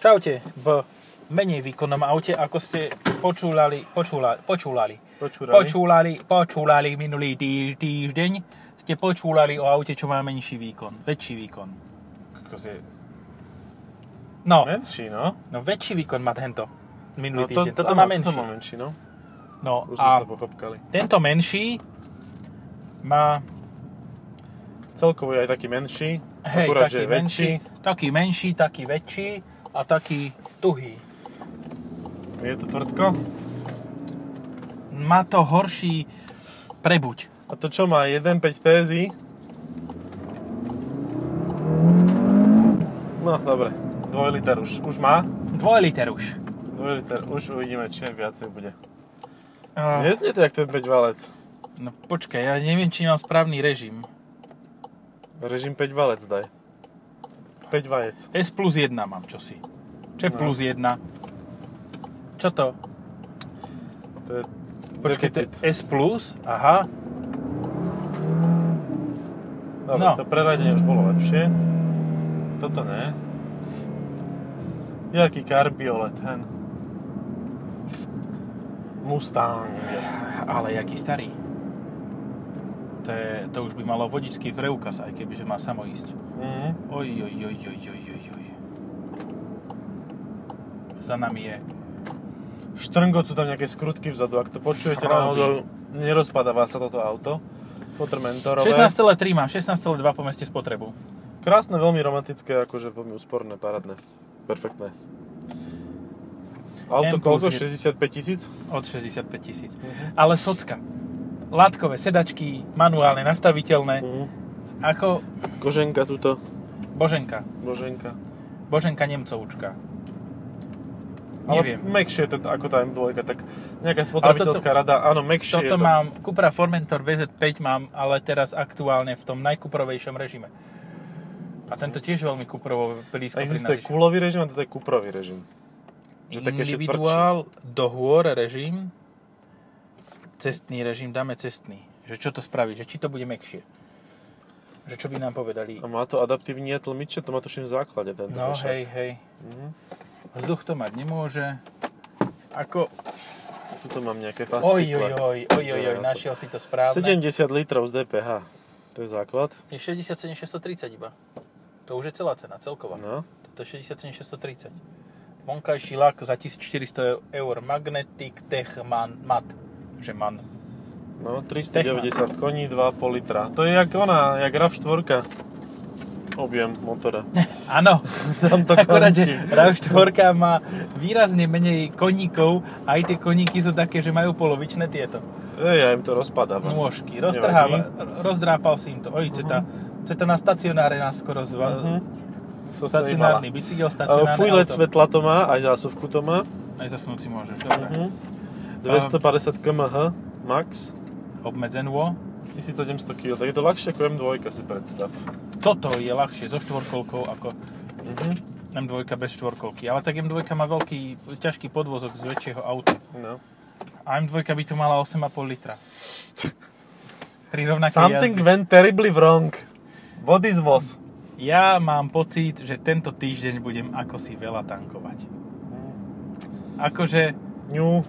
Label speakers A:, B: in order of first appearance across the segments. A: Čaute, v menej výkonnom aute, ako ste počúlali, počúla, počúlali,
B: Počúrali.
A: počúlali, počúlali minulý tý, týždeň, ste počúlali o aute, čo má menší výkon, väčší výkon.
B: Akože
A: No,
B: menší, no.
A: no väčší výkon má tento minulý
B: No to,
A: týždeň,
B: toto
A: má
B: má,
A: menší.
B: toto má menší, no.
A: No
B: Už sme
A: a
B: sa pochopkali.
A: tento menší má
B: Celkovo je aj taký menší,
A: Hej,
B: akurát,
A: taký
B: že je
A: menší,
B: väčší.
A: taký menší, taký väčší a taký tuhý.
B: Je to tvrdko.
A: Má to horší prebuď.
B: A to čo má 1,5 tézy? No, dobre. 2 liter už. Už má?
A: Dvojliter už.
B: 2 liter už uvidíme, či aj viacej bude.
A: Uh,
B: Neznie to jak ten 5 valec.
A: No počkaj, ja neviem, či mám správny režim.
B: Režim 5 valec daj. 5 vajec.
A: S plus 1 mám čosi. Čo je
B: No.
A: plus 1? Čo to?
B: To je
A: Počkaj, to je
B: deficit.
A: S plus? Aha.
B: Dobre,
A: No.
B: no. to preradenie už bolo lepšie. Toto ne. Jaký karbiolet, hen. Mustang.
A: Ale jaký starý. To, je, to už by malo vodičský preukaz, aj kebyže má samo ísť.
B: Mhm.
A: Oj, oj, oj, oj, oj, oj, oj. Za nami je...
B: Štrngo tu tam nejaké skrutky vzadu, ak to počujete
A: Šrouby.
B: náhodou, nerozpadáva sa toto auto. Fotr mentorové.
A: 16,3 mám, 16,2 po meste spotrebu.
B: Krásne, veľmi romantické, akože veľmi úsporné, parádne. Perfektné. Auto
A: M plus
B: koľko?
A: je-
B: 65 tisíc?
A: Od 65 tisíc. Ale socka. Látkové sedačky, manuálne nastaviteľné.
B: Mhm.
A: Ako
B: Koženka tuto.
A: Boženka.
B: Boženka.
A: Boženka Nemcovúčka.
B: Ale
A: Neviem.
B: mekšie to, ako tá M2, tak nejaká spotrebiteľská rada, áno,
A: Toto
B: mekšie je to.
A: mám, Cupra Formentor VZ5 mám, ale teraz aktuálne v tom najkuprovejšom režime. A tento tiež veľmi kuprovo blízko
B: A
A: pri
B: existuje
A: nás.
B: kulový režim a toto je kuprový režim. je také ešte
A: Individuál, do hôr režim, cestný režim, dáme cestný. Že čo to spraví, že či to bude mekšie. Že čo by nám povedali.
B: A má to adaptívne tlmiče, to má tuším v základe tento
A: No
B: No, však. Mhm.
A: hej, hej. Vzduch to mať nemôže. Ako,
B: Tuto mám nejaké
A: oj,
B: fascikle.
A: oj, oj, oj, oj, oj, našiel si to správne.
B: 70 litrov z DPH. To je základ.
A: Je 67 630 iba. To už je celá cena, celková.
B: No.
A: To je 67 630. Vonkajší lak za 1400 eur. Magnetic Tech Man, Mat. Že man.
B: No, 390 koní, 2,5 litra. To je jak ona, jak RAV4. Objem motora.
A: Áno,
B: Tam to
A: akorát, že
B: končí.
A: RAV4 má výrazne menej koníkov, aj tie koníky sú také, že majú polovičné tieto
B: Ej, ja im to rozpadávam.
A: nôžky. Roztrháva, rozdrápal si im to. Oj,
B: Mhm.
A: ceta, ceta na stacionáre nás skoro zva,
B: Co Mhm. sa
A: Stacionárny
B: jebala.
A: bicykel,
B: A
A: stacionárne
B: Fuj LED
A: auto.
B: svetla to má, aj zásuvku to má.
A: Aj zasnúť si môžeš, dobre.
B: 250 kmh max,
A: Obmedzenú.
B: 1700 kg, tak je to ľahšie ako M2 si predstav.
A: Toto je ľahšie so štvorkolkou ako M2 bez štvorkolky. Ale tak M2 má veľký, ťažký podvozok z väčšieho auta.
B: No.
A: A M2 by tu mala 8,5 litra. Pri rovnakej
B: Something
A: jazde.
B: went terribly wrong. What is was?
A: Ja mám pocit, že tento týždeň budem ako si veľa tankovať. Akože
B: Ňu.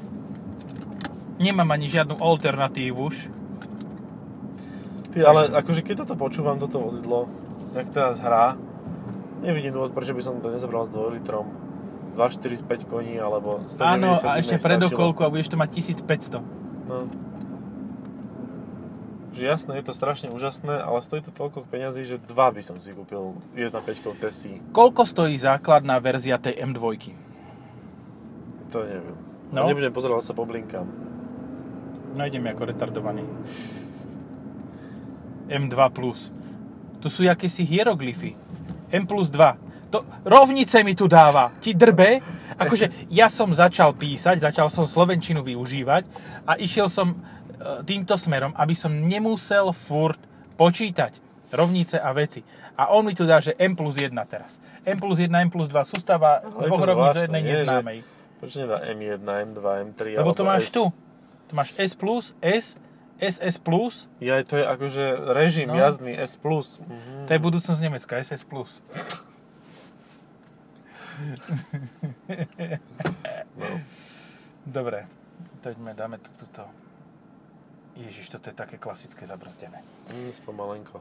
A: nemám ani žiadnu alternatívu už.
B: Ty, ale akože keď toto počúvam, toto vozidlo, jak teraz hrá, nevidím dôvod, prečo by som to nezabral s 2 litrom. 245 koní, alebo 190
A: Áno, a
B: by
A: ešte
B: mi
A: pred
B: stačilo.
A: okolku a budeš to mať 1500.
B: No. Že jasné, je to strašne úžasné, ale stojí to toľko peňazí, že dva by som si kúpil 1.5 Tesí.
A: Koľko stojí základná verzia tej M2?
B: To neviem.
A: No.
B: No. Nebudem pozerať sa po blinkám.
A: No ideme ako retardovaný. M2 plus. To sú jakési hieroglyfy. M plus 2. To rovnice mi tu dáva. Ti drbe. Akože ja som začal písať, začal som Slovenčinu využívať a išiel som e, týmto smerom, aby som nemusel furt počítať rovnice a veci. A on mi tu dá, že M plus 1 teraz. M plus 1, M plus 2, sústava
B: je
A: dvoch rovníc
B: to
A: do
B: zvláštne,
A: jednej
B: nie, že-
A: neznámej.
B: Prečo nedá M1, M2, M3
A: Lebo
B: alebo
A: to máš
B: S?
A: tu. To máš S+, plus, S, SS+, plus,
B: Ja, to je akože režim
A: No.
B: no. jazdný S+. Mhm.
A: to je budúcnosť Nemecka, SS+. plus.
B: No.
A: Dobre, to ideme, dáme tu tuto. Ježiš, toto je také klasické zabrzdené.
B: Mm, spomalenko.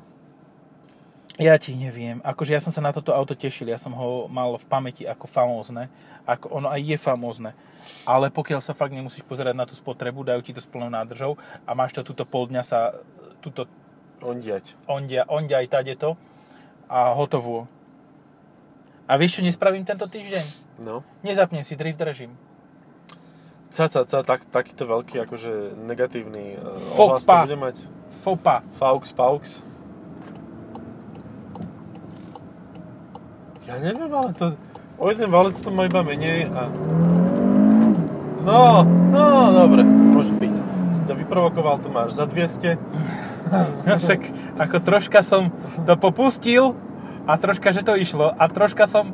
A: Ja ti neviem. Akože ja som sa na toto auto tešil. Ja som ho mal v pamäti ako famózne. Ako ono aj je famózne. Ale pokiaľ sa fakt nemusíš pozerať na tú spotrebu, dajú ti to s plnou nádržou a máš to tuto pol dňa sa tuto
B: Ondiať.
A: ondia, ondia aj tade to a hotovo. A vieš, čo nespravím tento týždeň?
B: No.
A: Nezapnem si drift režim.
B: Ca, ca, ca, tak, takýto veľký, akože negatívny eh,
A: Faux
B: ohlas to
A: pas.
B: bude mať.
A: Fopa.
B: Faux, paux. Ja neviem, ale to... O jeden valec to má iba menej a... No, no, dobre, môže byť. Si ťa vyprovokoval, to máš za 200.
A: No Však ako troška som to popustil a troška, že to išlo. A troška som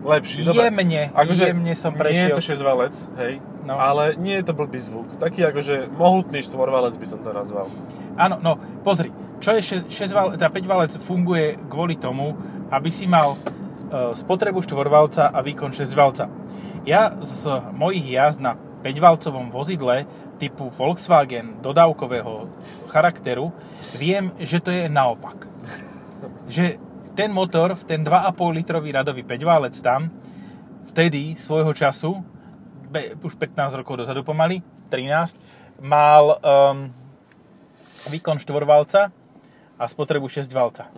B: Lepší, dobre. Akože
A: jemne, jemne som
B: Nie je
A: prešiel.
B: to 6 valec, hej.
A: No.
B: No. Ale nie je to blbý zvuk. Taký akože mohutný štvorvalec by som to nazval.
A: Áno, no, pozri, čo je 6 valec, teda 5 valec funguje kvôli tomu, aby si mal e, spotrebu 4 valca a výkon 6 valca. Ja z mojich jazd na 5 valcovom vozidle typu Volkswagen dodávkového charakteru viem, že to je naopak. Že ten motor v ten 2,5 litrový radový 5 válec tam vtedy svojho času, be, už 15 rokov dozadu pomaly, 13, mal um, výkon štvorvalca a spotrebu 6 valca.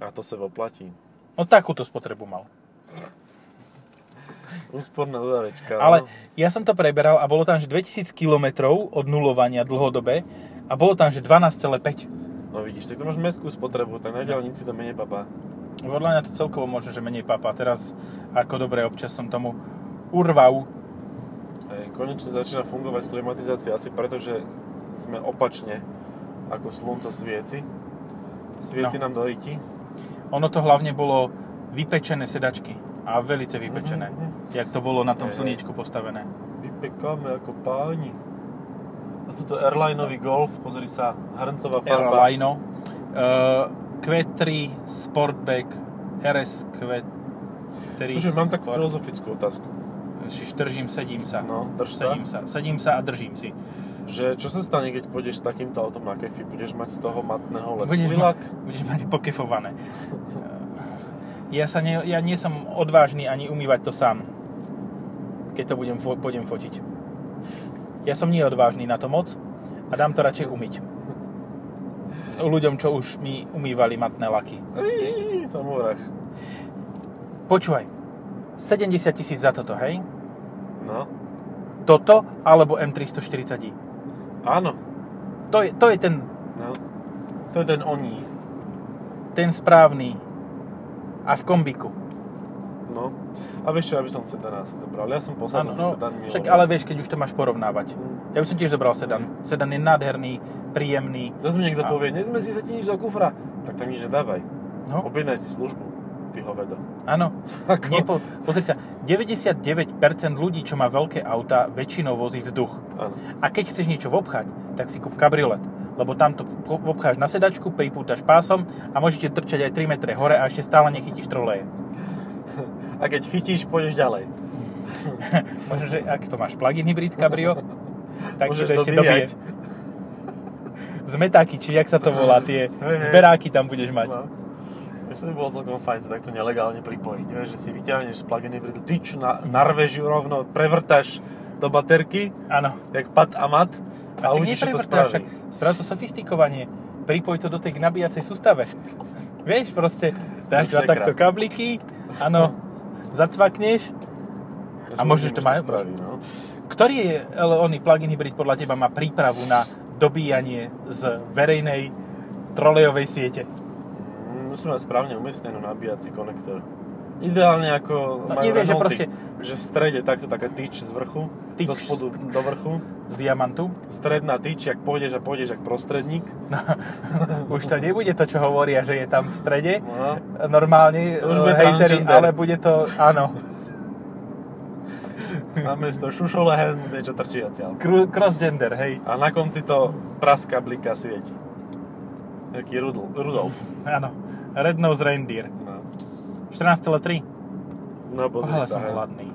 B: A to sa oplatí.
A: No takúto spotrebu mal.
B: Úsporná dodávečka.
A: Ale
B: no.
A: ja som to preberal a bolo tam, že 2000 km od nulovania dlhodobé a bolo tam, že 12,5.
B: No vidíš, tak to máš mestskú spotrebu, tak na diaľnici to menej papá.
A: Podľa mňa to celkovo možno, že menej papa. Teraz ako dobre občas som tomu urval.
B: Hej, konečne začína fungovať klimatizácia asi preto, že sme opačne ako slnco svieci. Svieci
A: No.
B: nám do ryti.
A: Ono to hlavne bolo vypečené sedačky a velice vypečené.
B: Mhm,
A: Jak to bolo na tom
B: Hej, hej.
A: slníčku postavené.
B: Vypekáme ako páni. A tuto airlineový golf, pozri sa, hrncová farba.
A: Airlino. Uh, Q3 Sportback RS Q3
B: Takže mám takú
A: Sport-
B: filozofickú otázku.
A: Čiže držím, sedím sa.
B: No, drž sa.
A: Sedím sa. Sedím sa a držím si.
B: Že čo sa stane, keď pôjdeš s takýmto autom na kefi? Budeš mať z toho matného lesu
A: Budeš, ma,
B: Lilak?
A: budeš mať pokefované. Eh, Ja, sa ne, ja nie som odvážny ani umývať to sám, keď to budem, fo- pôjdem fotiť. Ja som nie odvážny na to moc a dám to radšej umyť. Ľuďom, čo už mi umývali matné laky.
B: Iiii, Samovrach.
A: Počúvaj, 70 tisíc za toto, hej?
B: No,
A: Toto alebo M340i.
B: áno.
A: To je, to je ten,
B: No. To je ten oní.
A: ten správny a v kombiku.
B: No. A vieš čo, ja by som sedan asi zobral. Ja som posledný
A: Áno,
B: sedan
A: no,
B: miloval.
A: však ale vieš, keď už to máš porovnávať. Ja
B: Mm.
A: by som tiež zobral sedan. Sedan je nádherný, príjemný.
B: Zase mi niekto
A: A-
B: povie, nezme si sa ti nič do kufra. Tak tam nič nedávaj.
A: No,
B: Objednaj si službu, ty hovedo.
A: áno.
B: Ako?
A: Nepo, pozri sa, 99% ľudí, čo má veľké auta, väčšinou vozí vzduch.
B: Áno.
A: A keď chceš niečo obchať, tak si kúp kabriolet. Lebo tam to po- obcháš na sedačku, pripútaš pásom a môžete trčať aj 3 metre hore a ešte stále nechytíš troleje.
B: A keď chytíš, pôjdeš ďalej.
A: Možno, že ak to máš plug-in hybrid kabrio, tak ti
B: Môžeš
A: to ešte
B: dobíjať.
A: dobije. Zmetáky, či jak sa to volá, tie
B: hej.
A: zberáky tam budeš mať.
B: No. Vieš, to by bolo celkom fajn sa takto nelegálne pripojiť. Vieš, že si vyťahneš z plug-in hybridu tyč, na, narveš ju rovno, prevrtaš do baterky,
A: Áno.
B: jak pat a mat.
A: A ty
B: A, uvidíš, čo to
A: neprevrtáš,
B: spraví.
A: však Sprav to sofistikovanie. Pripoj to do tej k nabíjacej sústave. Vieš, proste dáš
B: Už
A: dva
B: je
A: takto
B: krát.
A: kabliky, áno, zacvakneš. A možno, že to
B: Uvidíme,
A: majú-
B: čo spraví, no.
A: Ktorý je ale oný plug-in hybrid podľa teba má prípravu na dobíjanie z verejnej trolejovej siete?
B: Mm, Musí mať správne umiestnenú nabíjací konektor. Ideálne
A: No,
B: ako majú
A: nevieš, že
B: Renaulty, že v strede takto taká tyč z vrchu,
A: Tyč.
B: zo spodu do vrchu,
A: Z diamantu?
B: stredná tyč, jak pôjdeš a pôjdeš jak prostredník.
A: No, už to nebude to, čo hovoria, že je tam v strede.
B: No.
A: Normálne
B: To už
A: eh,
B: bude
A: hejteri,
B: transgender.
A: ale bude to, áno,
B: Namiesto šušolehen niečo trčí odtiaľ.
A: kru- crossgender, hej.
B: A na konci to praska blika svieti. Jaký Rudolf. Rudolf.
A: Áno, Red Nose Reindeer.
B: No.
A: 14,3.
B: No pozri
A: Ale
B: sa.
A: som
B: hej.
A: hladný.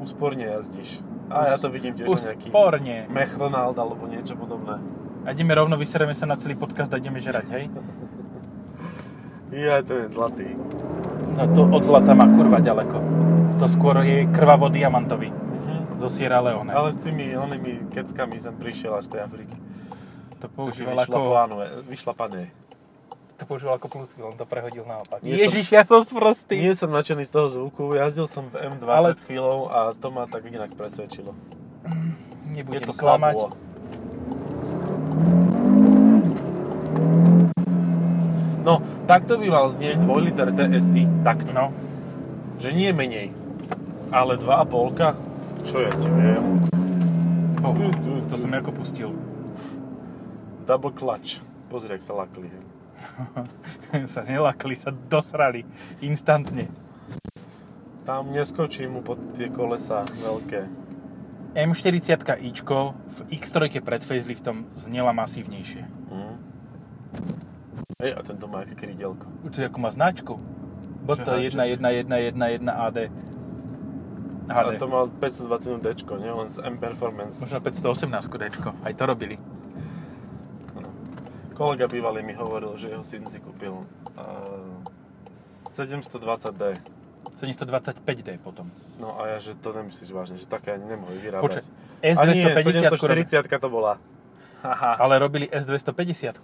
B: Úsporne jazdíš. A ja to vidím tiež na nejaký
A: Úsporne.
B: McDonald alebo niečo podobné.
A: A ideme rovno, vysereme sa na celý podcast a ideme žerať, hej?
B: Ja, to je zlatý.
A: No to od zlata má kurva ďaleko. To skôr je krvavo diamantový
B: Mhm.
A: zo Sierra Leone.
B: Ale s tými onými keckami som prišiel až z tej Afriky.
A: to
B: Taký
A: používal ako,
B: vyšlaplánové- Vyšlapané.
A: to používal ako plutky, on to prehodil naopak.
B: Nie som-
A: Ježiš, ja som sprostý.
B: Nie som nadšený z toho zvuku, jazdil som v M2
A: Ale-
B: pred chvíľou a to ma tak inak presvedčilo. Je
A: Nebudem
B: to
A: klamať.
B: slabúlo. No, takto by mal znieť 2 liter TSI. Takto.
A: No,
B: Že nie menej. Ale 2,5? Čo ja ti viem?
A: oh,
B: Tu, tu, tu.
A: to som Jarko pustil.
B: Double clutch. Pozri, ak sa lakli. hej.
A: sa nelakli, sa dosrali. Instantne.
B: Tam neskočí mu pod tie kolesa veľké.
A: M40 ičko v X3 pred faceliftom znela masívnejšie.
B: Hm. Hej, a tento má aké krydielko.
A: To je ako má značku.
B: háček?
A: BT111111 AD. HD.
B: A to mal 520 D, nie len z M Performance.
A: Možno 518 kudečko. Aj to robili.
B: Kolega bývalý mi hovoril, že jeho syn si kúpil uh, 720D.
A: 725D potom.
B: No a ja, že to nemyslíš vážne, že také ani nemohli
A: Počkaj,
B: vyrábať. A nie,
A: S250 robili,
B: 740 to bola. Haha.
A: ale robili S250.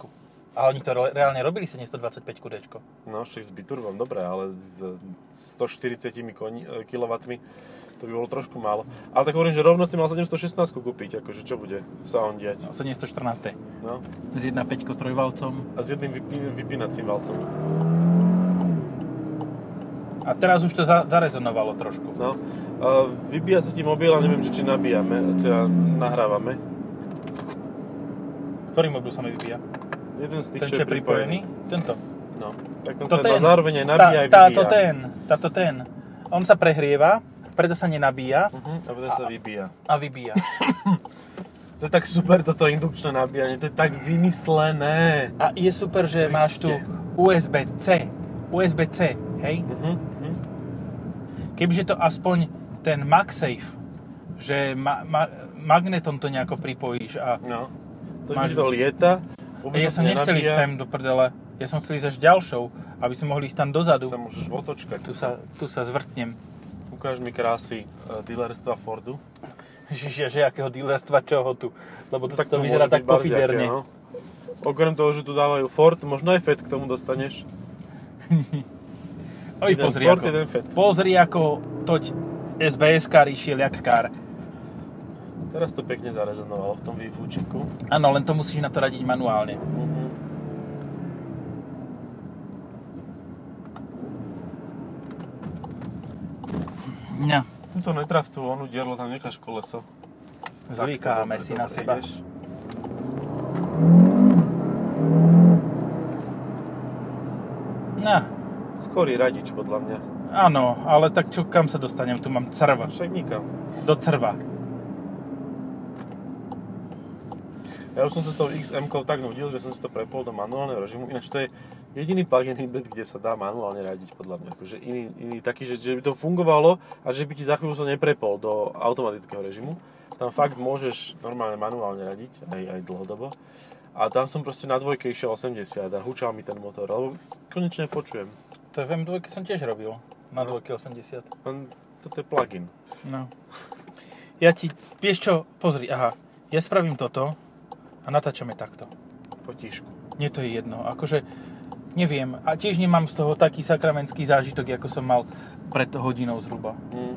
A: Ale oni to re- reálne robili 725 kudečko.
B: No, však s biturbom, dobre, ale s 140 koni, e, kilowatmi to by bolo trošku málo. Ale tak hovorím, že rovno si mal 716 kúpiť, akože čo bude sa on diať.
A: 714D.
B: No.
A: S 1.5 trojvalcom.
B: A s jedným vypí- vypínacím valcom.
A: A teraz už to za- zarezonovalo trošku.
B: No. A vybíja sa ti mobil a neviem, že či nabíjame, teda nahrávame.
A: Ktorý mobil sa mi vybíja?
B: Jeden z tých,
A: Ten, čo je pripojený? Tento.
B: No, tak ten
A: To
B: sa
A: ten.
B: dá zároveň aj
A: Tá,
B: nabíja aj
A: táto
B: vybíja.
A: ten, táto ten. On sa prehrieva, preto sa nenabíja
B: Mhm, a potom sa vybíja.
A: a vybíja.
B: To je tak super toto indukčné nabíjanie, to je tak vymyslené.
A: A je super, že
B: Kriste.
A: máš tu USB-C. USB-C, hej?
B: Mhm, mhm.
A: Keďže to aspoň ten MagSafe, že ma- ma- magnetom to nejako pripojíš a
B: No. To
A: Máš-
B: Máš do lieta.
A: a ja som nechcel ísť sem do prdele, ja som chcel ísť až ďalšou, aby sme mohli ísť tam dozadu.
B: Sa môžeš otočkať.
A: Tu sa, tu sa zvrtnem.
B: Ukáž mi krásy uh, dealerstva Fordu.
A: Ježiš, že akého dílerstva, čoho tu. Lebo to, to
B: môže
A: vyzerá
B: byť
A: tak
B: barziaké,
A: pofiderne.
B: no. Okrem toho, že tu dávajú Ford, možno aj Fed k tomu dostaneš.
A: Oj,
B: Jeden
A: pozri
B: Ford,
A: ako,
B: jeden Fed.
A: pozri ako toť SBS-kár išiel jak kár.
B: Teraz to pekne zarezonovalo v tom výfučiku.
A: Áno, len to musíš na to radiť manuálne.
B: Mhm.
A: No.
B: Tuto netraf tú onú dierlo, tam necháš koleso.
A: Zvykáme si na seba.
B: ideš.
A: No,
B: Skorý radič podľa mňa.
A: áno, ale tak čo, kam sa dostanem? Tu mám crva.
B: Však nikam.
A: Do crva.
B: Ja už som sa s tou xm tak nudil, že som si to prepol do manuálneho režimu. Ináč to je jediný plug-in hybrid, kde sa dá manuálne radiť podľa mňa. Akože iný, iný taký, že, že by to fungovalo a že by ti za chvíľu sa neprepol do automatického režimu. Tam fakt môžeš normálne manuálne radiť, aj, aj dlhodobo. A tam som proste na dvojke išiel 80 a hučal mi ten motor, lebo konečne počujem.
A: To v M2 som tiež robil. Na 280.
B: Len toto je plug-in.
A: No. Ja ti, vieš čo, pozri, aha. Ja spravím toto a natáčame takto.
B: Potíšku.
A: Mne to je jedno. Akože, neviem. A tiež nemám z toho taký sakramentský zážitok, ako som mal pred hodinou zhruba.
B: Mm.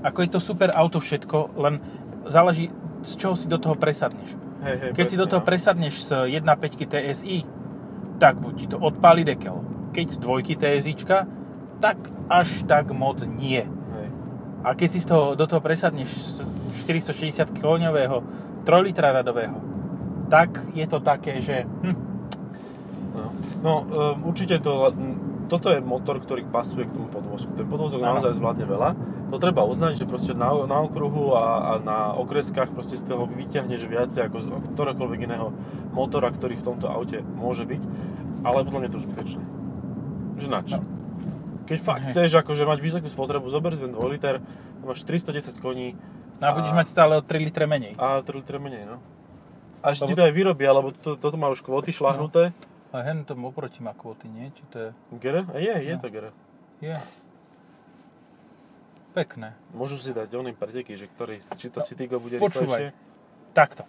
A: Ako je to super auto všetko, len záleží, z čoho si do toho presadneš.
B: Hej, hej,
A: Keď si
B: presne,
A: do toho
B: no.
A: presadneš z 1.5 TSI, tak buď ti to odpáli dekel. Keď z dvojky TSIčka, tak až tak moc nie.
B: Hej.
A: A keď si z toho, do toho presadneš z 460 koňového 3 litra radového, tak je to také, že hm,
B: No, no um, určite to, toto je motor, ktorý pasuje k tomu podvozku. Ten podvozok
A: Áno.
B: naozaj zvládne veľa. To treba uznať, že proste na, na okruhu a, a na okreskách proste z toho vyťahneš viacej ako z ktoréhokoľvek iného motora, ktorý v tomto aute môže byť. Ale podľa mňa je to už zbytočné. Že nač.
A: No.
B: Keď fakt
A: Hej.
B: chceš akože mať vysokú spotrebu, zober si ten 2 liter, máš 310 koní
A: No a budeš mať stále o 3 litre menej.
B: a 3 litre menej, no. Až
A: Lebo-
B: ti
A: No.
B: to aj vyrobia, lebo to, toto má už kvóty šlahnuté.
A: A hen tomu oproti má kvóty, nie? Či to je...
B: Gere? Je, je
A: No.
B: to gere.
A: Je. Pekné.
B: Môžu si dať oným preteky, že ktorý, či to Citigo bude
A: Počúvaj.
B: rýchlejšie.
A: Takto.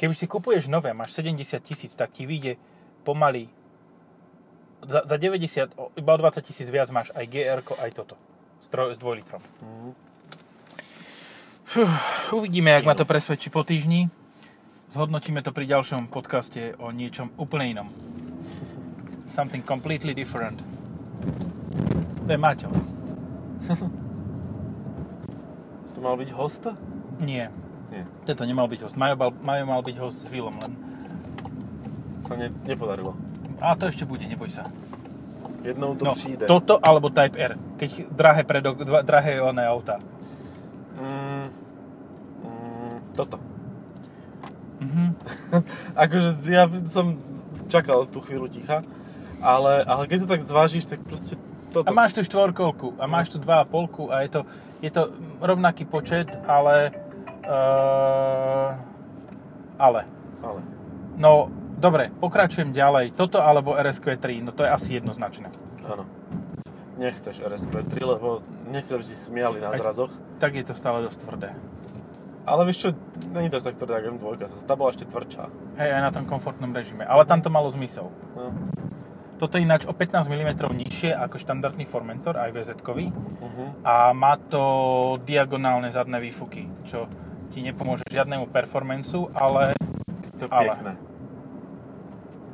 A: Keď už si kupuješ nové, máš 70 tisíc, tak ti vyjde pomaly za, za 90, o- iba o 20 tisíc viac máš aj gr aj toto. S, troj, s dvojlitrom.
B: Mhm.
A: Uvidíme, ak ma to presvedčí po týždni. Zhodnotíme to pri ďalšom podcaste o niečom úplne inom. Something completely different. To je Maťo.
B: To mal byť host?
A: Nie.
B: Nie.
A: Tento nemal byť host. Majo, bal, Majo mal byť host s Vilom len.
B: Sa ne, nepodarilo.
A: A to ešte bude, neboj sa.
B: Jednou No, to príde.
A: No, toto alebo Type R, keď drahé, predok, dva, drahé oné auta.
B: Mm, mm, toto.
A: Mhm.
B: Akože ja som čakal tú chvíľu ticha, ale, ale keď to tak zvážiš, tak proste toto.
A: A máš tu štvorkolku, a máš tu dva a polku a je to, je to rovnaký počet, ale... Uh, ale.
B: Ale.
A: No, dobre, pokračujem ďalej. Toto alebo RSQ3, no to je asi jednoznačné.
B: Áno. Nechceš RSQ3, lebo nechcem, aby ti smiali na
A: Aj-
B: zrazoch.
A: Tak je to stále dosť tvrdé.
B: Ale vieš čo, není to až tak tvrdá ako M2, zase tá bola ešte tvrdšia.
A: Hej, aj na tom komfortnom režime. Ale tam to malo zmysel.
B: No.
A: Toto je ináč o 15 mm nižšie ako štandardný Formentor, aj VZ-kový.
B: Mhm.
A: a má to diagonálne zadné výfuky, čo ti nepomôže žiadnemu performanceu, ale
B: To je
A: Ale.
B: pekné.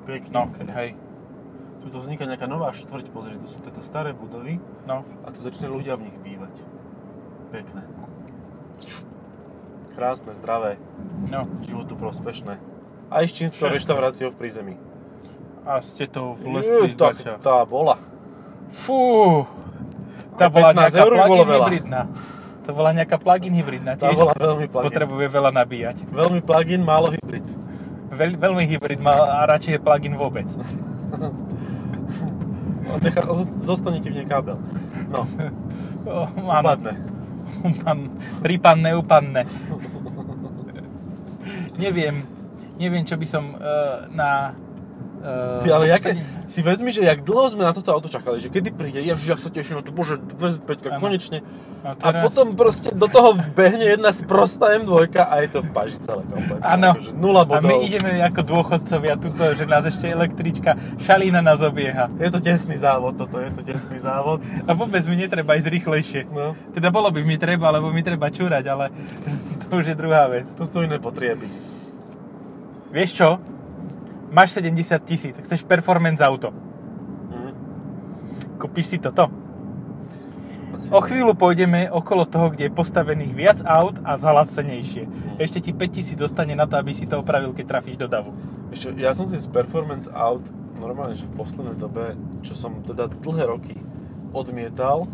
B: Pekné.
A: no, hej,
B: Tu vzniká nejaká nová štvrť, pozri, tu sú tieto staré budovy
A: no,
B: a tu začnú ľudia v nich bývať. Pekné. Krásne, zdravé,
A: no.
B: životu prospešné. Aj s čínskou
A: Všetko.
B: reštauráciou v prízemí.
A: A ste to v
B: Ju,
A: lesných
B: tak
A: gaťach.
B: tá bola.
A: Fú, tá
B: A
A: bola
B: 15
A: nejaká
B: eur bolo
A: plug-in
B: veľa.
A: hybridná. To bola nejaká plug-in hybridná,
B: Tá
A: tiež
B: bola veľmi plug-in.
A: potrebuje veľa nabíjať.
B: Veľmi plug-in, málo hybrid.
A: Veľ, veľmi hybrid má a radšej je plug-in vôbec.
B: Odechá- zo- Zostane ti v nej kábel. No,
A: O, áno,
B: padne.
A: Pan, prípanné, upanné. neviem, neviem, čo by som uh, na... Uh,
B: Ty, ale jaké, si vezmi, že jak dlho sme na toto auto čakali, že kedy príde, ježiš, ja sa teším, na to bože, VZ5,
A: Áno.
B: konečne.
A: No,
B: A potom proste do toho behne jedna sprostá M2 a je to v paži celé kompletne.
A: Áno.
B: Akože nula
A: A
B: bodov.
A: my ideme ako dôchodcovia tuto, že nás ešte električka šalína nás obieha.
B: Je to tesný závod toto, je to tesný závod.
A: A vôbec mi netreba ísť rýchlejšie.
B: No,
A: Teda bolo by mi treba, lebo mi treba čúrať, ale to už je druhá vec.
B: to sú iné potrieby.
A: Vieš čo? Máš 70 tisíc, chceš performance auto.
B: Mhm.
A: Kúpiš si toto.
B: Asi-
A: O chvíľu pôjdeme okolo toho, kde je postavených viac aut a za lacnejšie.
B: Mhm.
A: Ešte ti 5000 zostane na to, aby si to opravil, keď trafíš do davu.
B: Ešte, ja som si z performance aut normálne, že v poslednej dobe, čo som teda dlhé roky odmietal,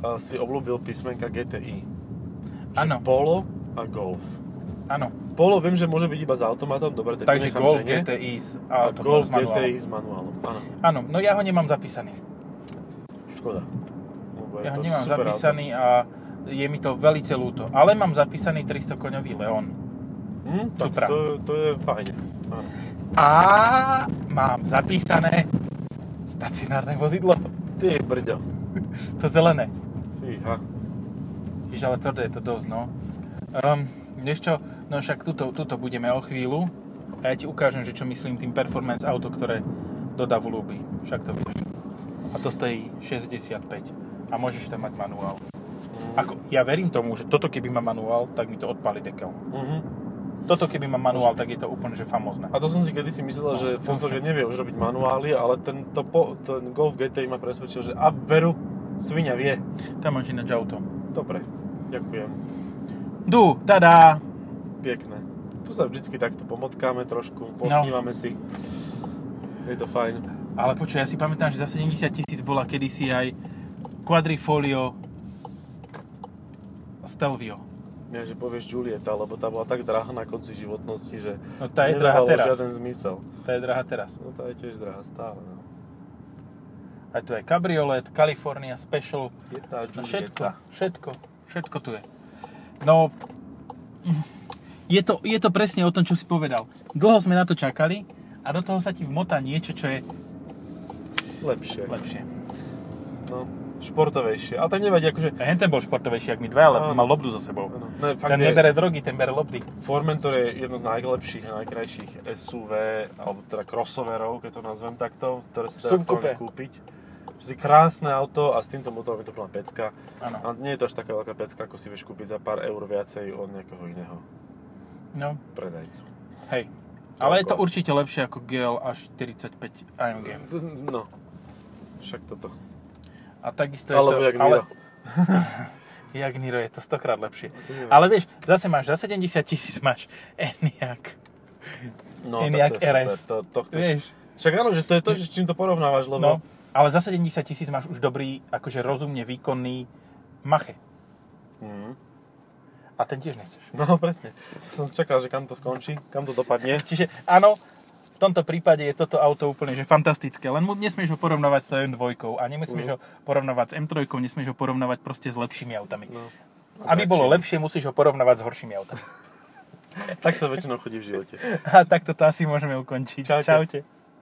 B: eh, si obľúbil písmenka GTI. Že
A: Áno.
B: Polo a Golf.
A: Áno.
B: Polo viem, že môže byť iba s automatom, dobre, tak
A: Takže
B: nechám,
A: Golf
B: že nie.
A: GTI s
B: a
A: autom
B: Golf
A: s manuálom.
B: GTI s manuálom. Áno,
A: Áno, no ja ho nemám zapísaný.
B: škoda. Lebo je
A: Ja ho
B: to
A: nemám
B: super auto.
A: zapísaný a je mi to veľmi ľúto. Ale mám zapísaný 300 koňový Leon.
B: Hm, tak
A: Supra.
B: to, to je fajn. Áno.
A: A mám zapísané stacionárne vozidlo.
B: Ty brďo.
A: To zelené.
B: Fíha.
A: Víš, ale tvrdé je to dosť, no. Um, vieš čo, no však tuto, tuto budeme o chvíľu a ja ti ukážem, že čo myslím tým performance auto, ktoré dodavu ľúbi. Však to vieš. A to stojí 65 a môžeš tam mať manuál. Ako, ja verím tomu, že toto keby má manuál, tak mi to odpali dekel.
B: Mhm.
A: Toto keby má manuál, tak je to úplne že famózne.
B: A to som si kedysi myslel,
A: No,
B: že
A: to
B: Volkswagen
A: však.
B: nevie už robiť manuály, ale ten, to po, ten Golf GTI ma presvedčil, že a veru, svinia vie.
A: Tam máš ináč auto.
B: Dobre, ďakujem.
A: Du, tada!
B: Pekné. Tu sa vždycky takto
A: No.
B: pomotkáme trošku, posnívame si. Je to fajn.
A: Ale počuj, ja si pamätám, že za 70 tisíc bola kedysi aj Quadrifolio Stelvio.
B: Ja, že povieš Julieta, lebo tá bola tak drahá na konci životnosti, že
A: No tá je drahá
B: nedávalo
A: teraz.
B: žiaden zmysel.
A: Tá je drahá teraz.
B: No tá je tiež drahá stále. No.
A: Aj tu je kabriolet, California Special,
B: Je
A: No
B: tá Giulietta.
A: všetko, všetko, všetko tu je. No, je to, je to presne o tom, čo si povedal. Dlho sme na to čakali a do toho sa ti vmotá niečo, čo je
B: Lepšie.
A: lepšie.
B: No, športovejšie. Ale tak nevadí, akože...
A: A Ten bol športovejší, ak my dvaja, lebo
B: Áno.
A: mal lobdu za sebou.
B: Áno. No, fakt
A: Ten
B: je-
A: nebere drogy, ten bere lobdy.
B: Formentor je jedno z najlepších a najkrajších SUV, alebo teda crossoverov, keď to nazvem takto, ktoré sa dá
A: Sú v kupe.
B: aktuálne kúpiť. Je krásne auto a s týmto motorom je to plná pecka.
A: Áno.
B: A nie je to až taká veľká pecka, ako si vieš kúpiť za pár eur viacej od nejakého iného
A: No,
B: predajcu.
A: hej. Ale je to
B: Kokos.
A: určite lepšie ako GL A45 AMG.
B: No, však toto.
A: A takisto je
B: Alebo
A: to...
B: jak Niro. No,
A: jak Niro je to stokrát lepšie.
B: Neviem.
A: Ale vieš, zase máš, za 70 tisíc máš Enyaq.
B: No,
A: Enyaq
B: tak to je super,
A: RS.
B: To, to chceš.
A: Vieš.
B: Však áno, že to je to, že s čím to porovnávaš,
A: No,
B: lebo...
A: ale za 70 tisíc máš už dobrý, akože rozumne výkonný mache.
B: Mhm.
A: A ten tiež nechceš.
B: No, presne. Som čakal, že kam to skončí, kam to dopadne.
A: Čiže áno, v tomto prípade je toto auto úplne že fantastické, len mu nesmieš ho porovnávať s M2 a nesmieš
B: Mhm.
A: ho porovnávať s M3, nesmieš ho porovnávať proste s lepšími autami.
B: No.
A: Aby bolo
B: Radšej.
A: lepšie, musíš ho porovnávať s horšími autami.
B: Tak to väčšinou chodí v živote.
A: A tak toto asi môžeme ukončiť.
B: Čaute.
A: Čaute.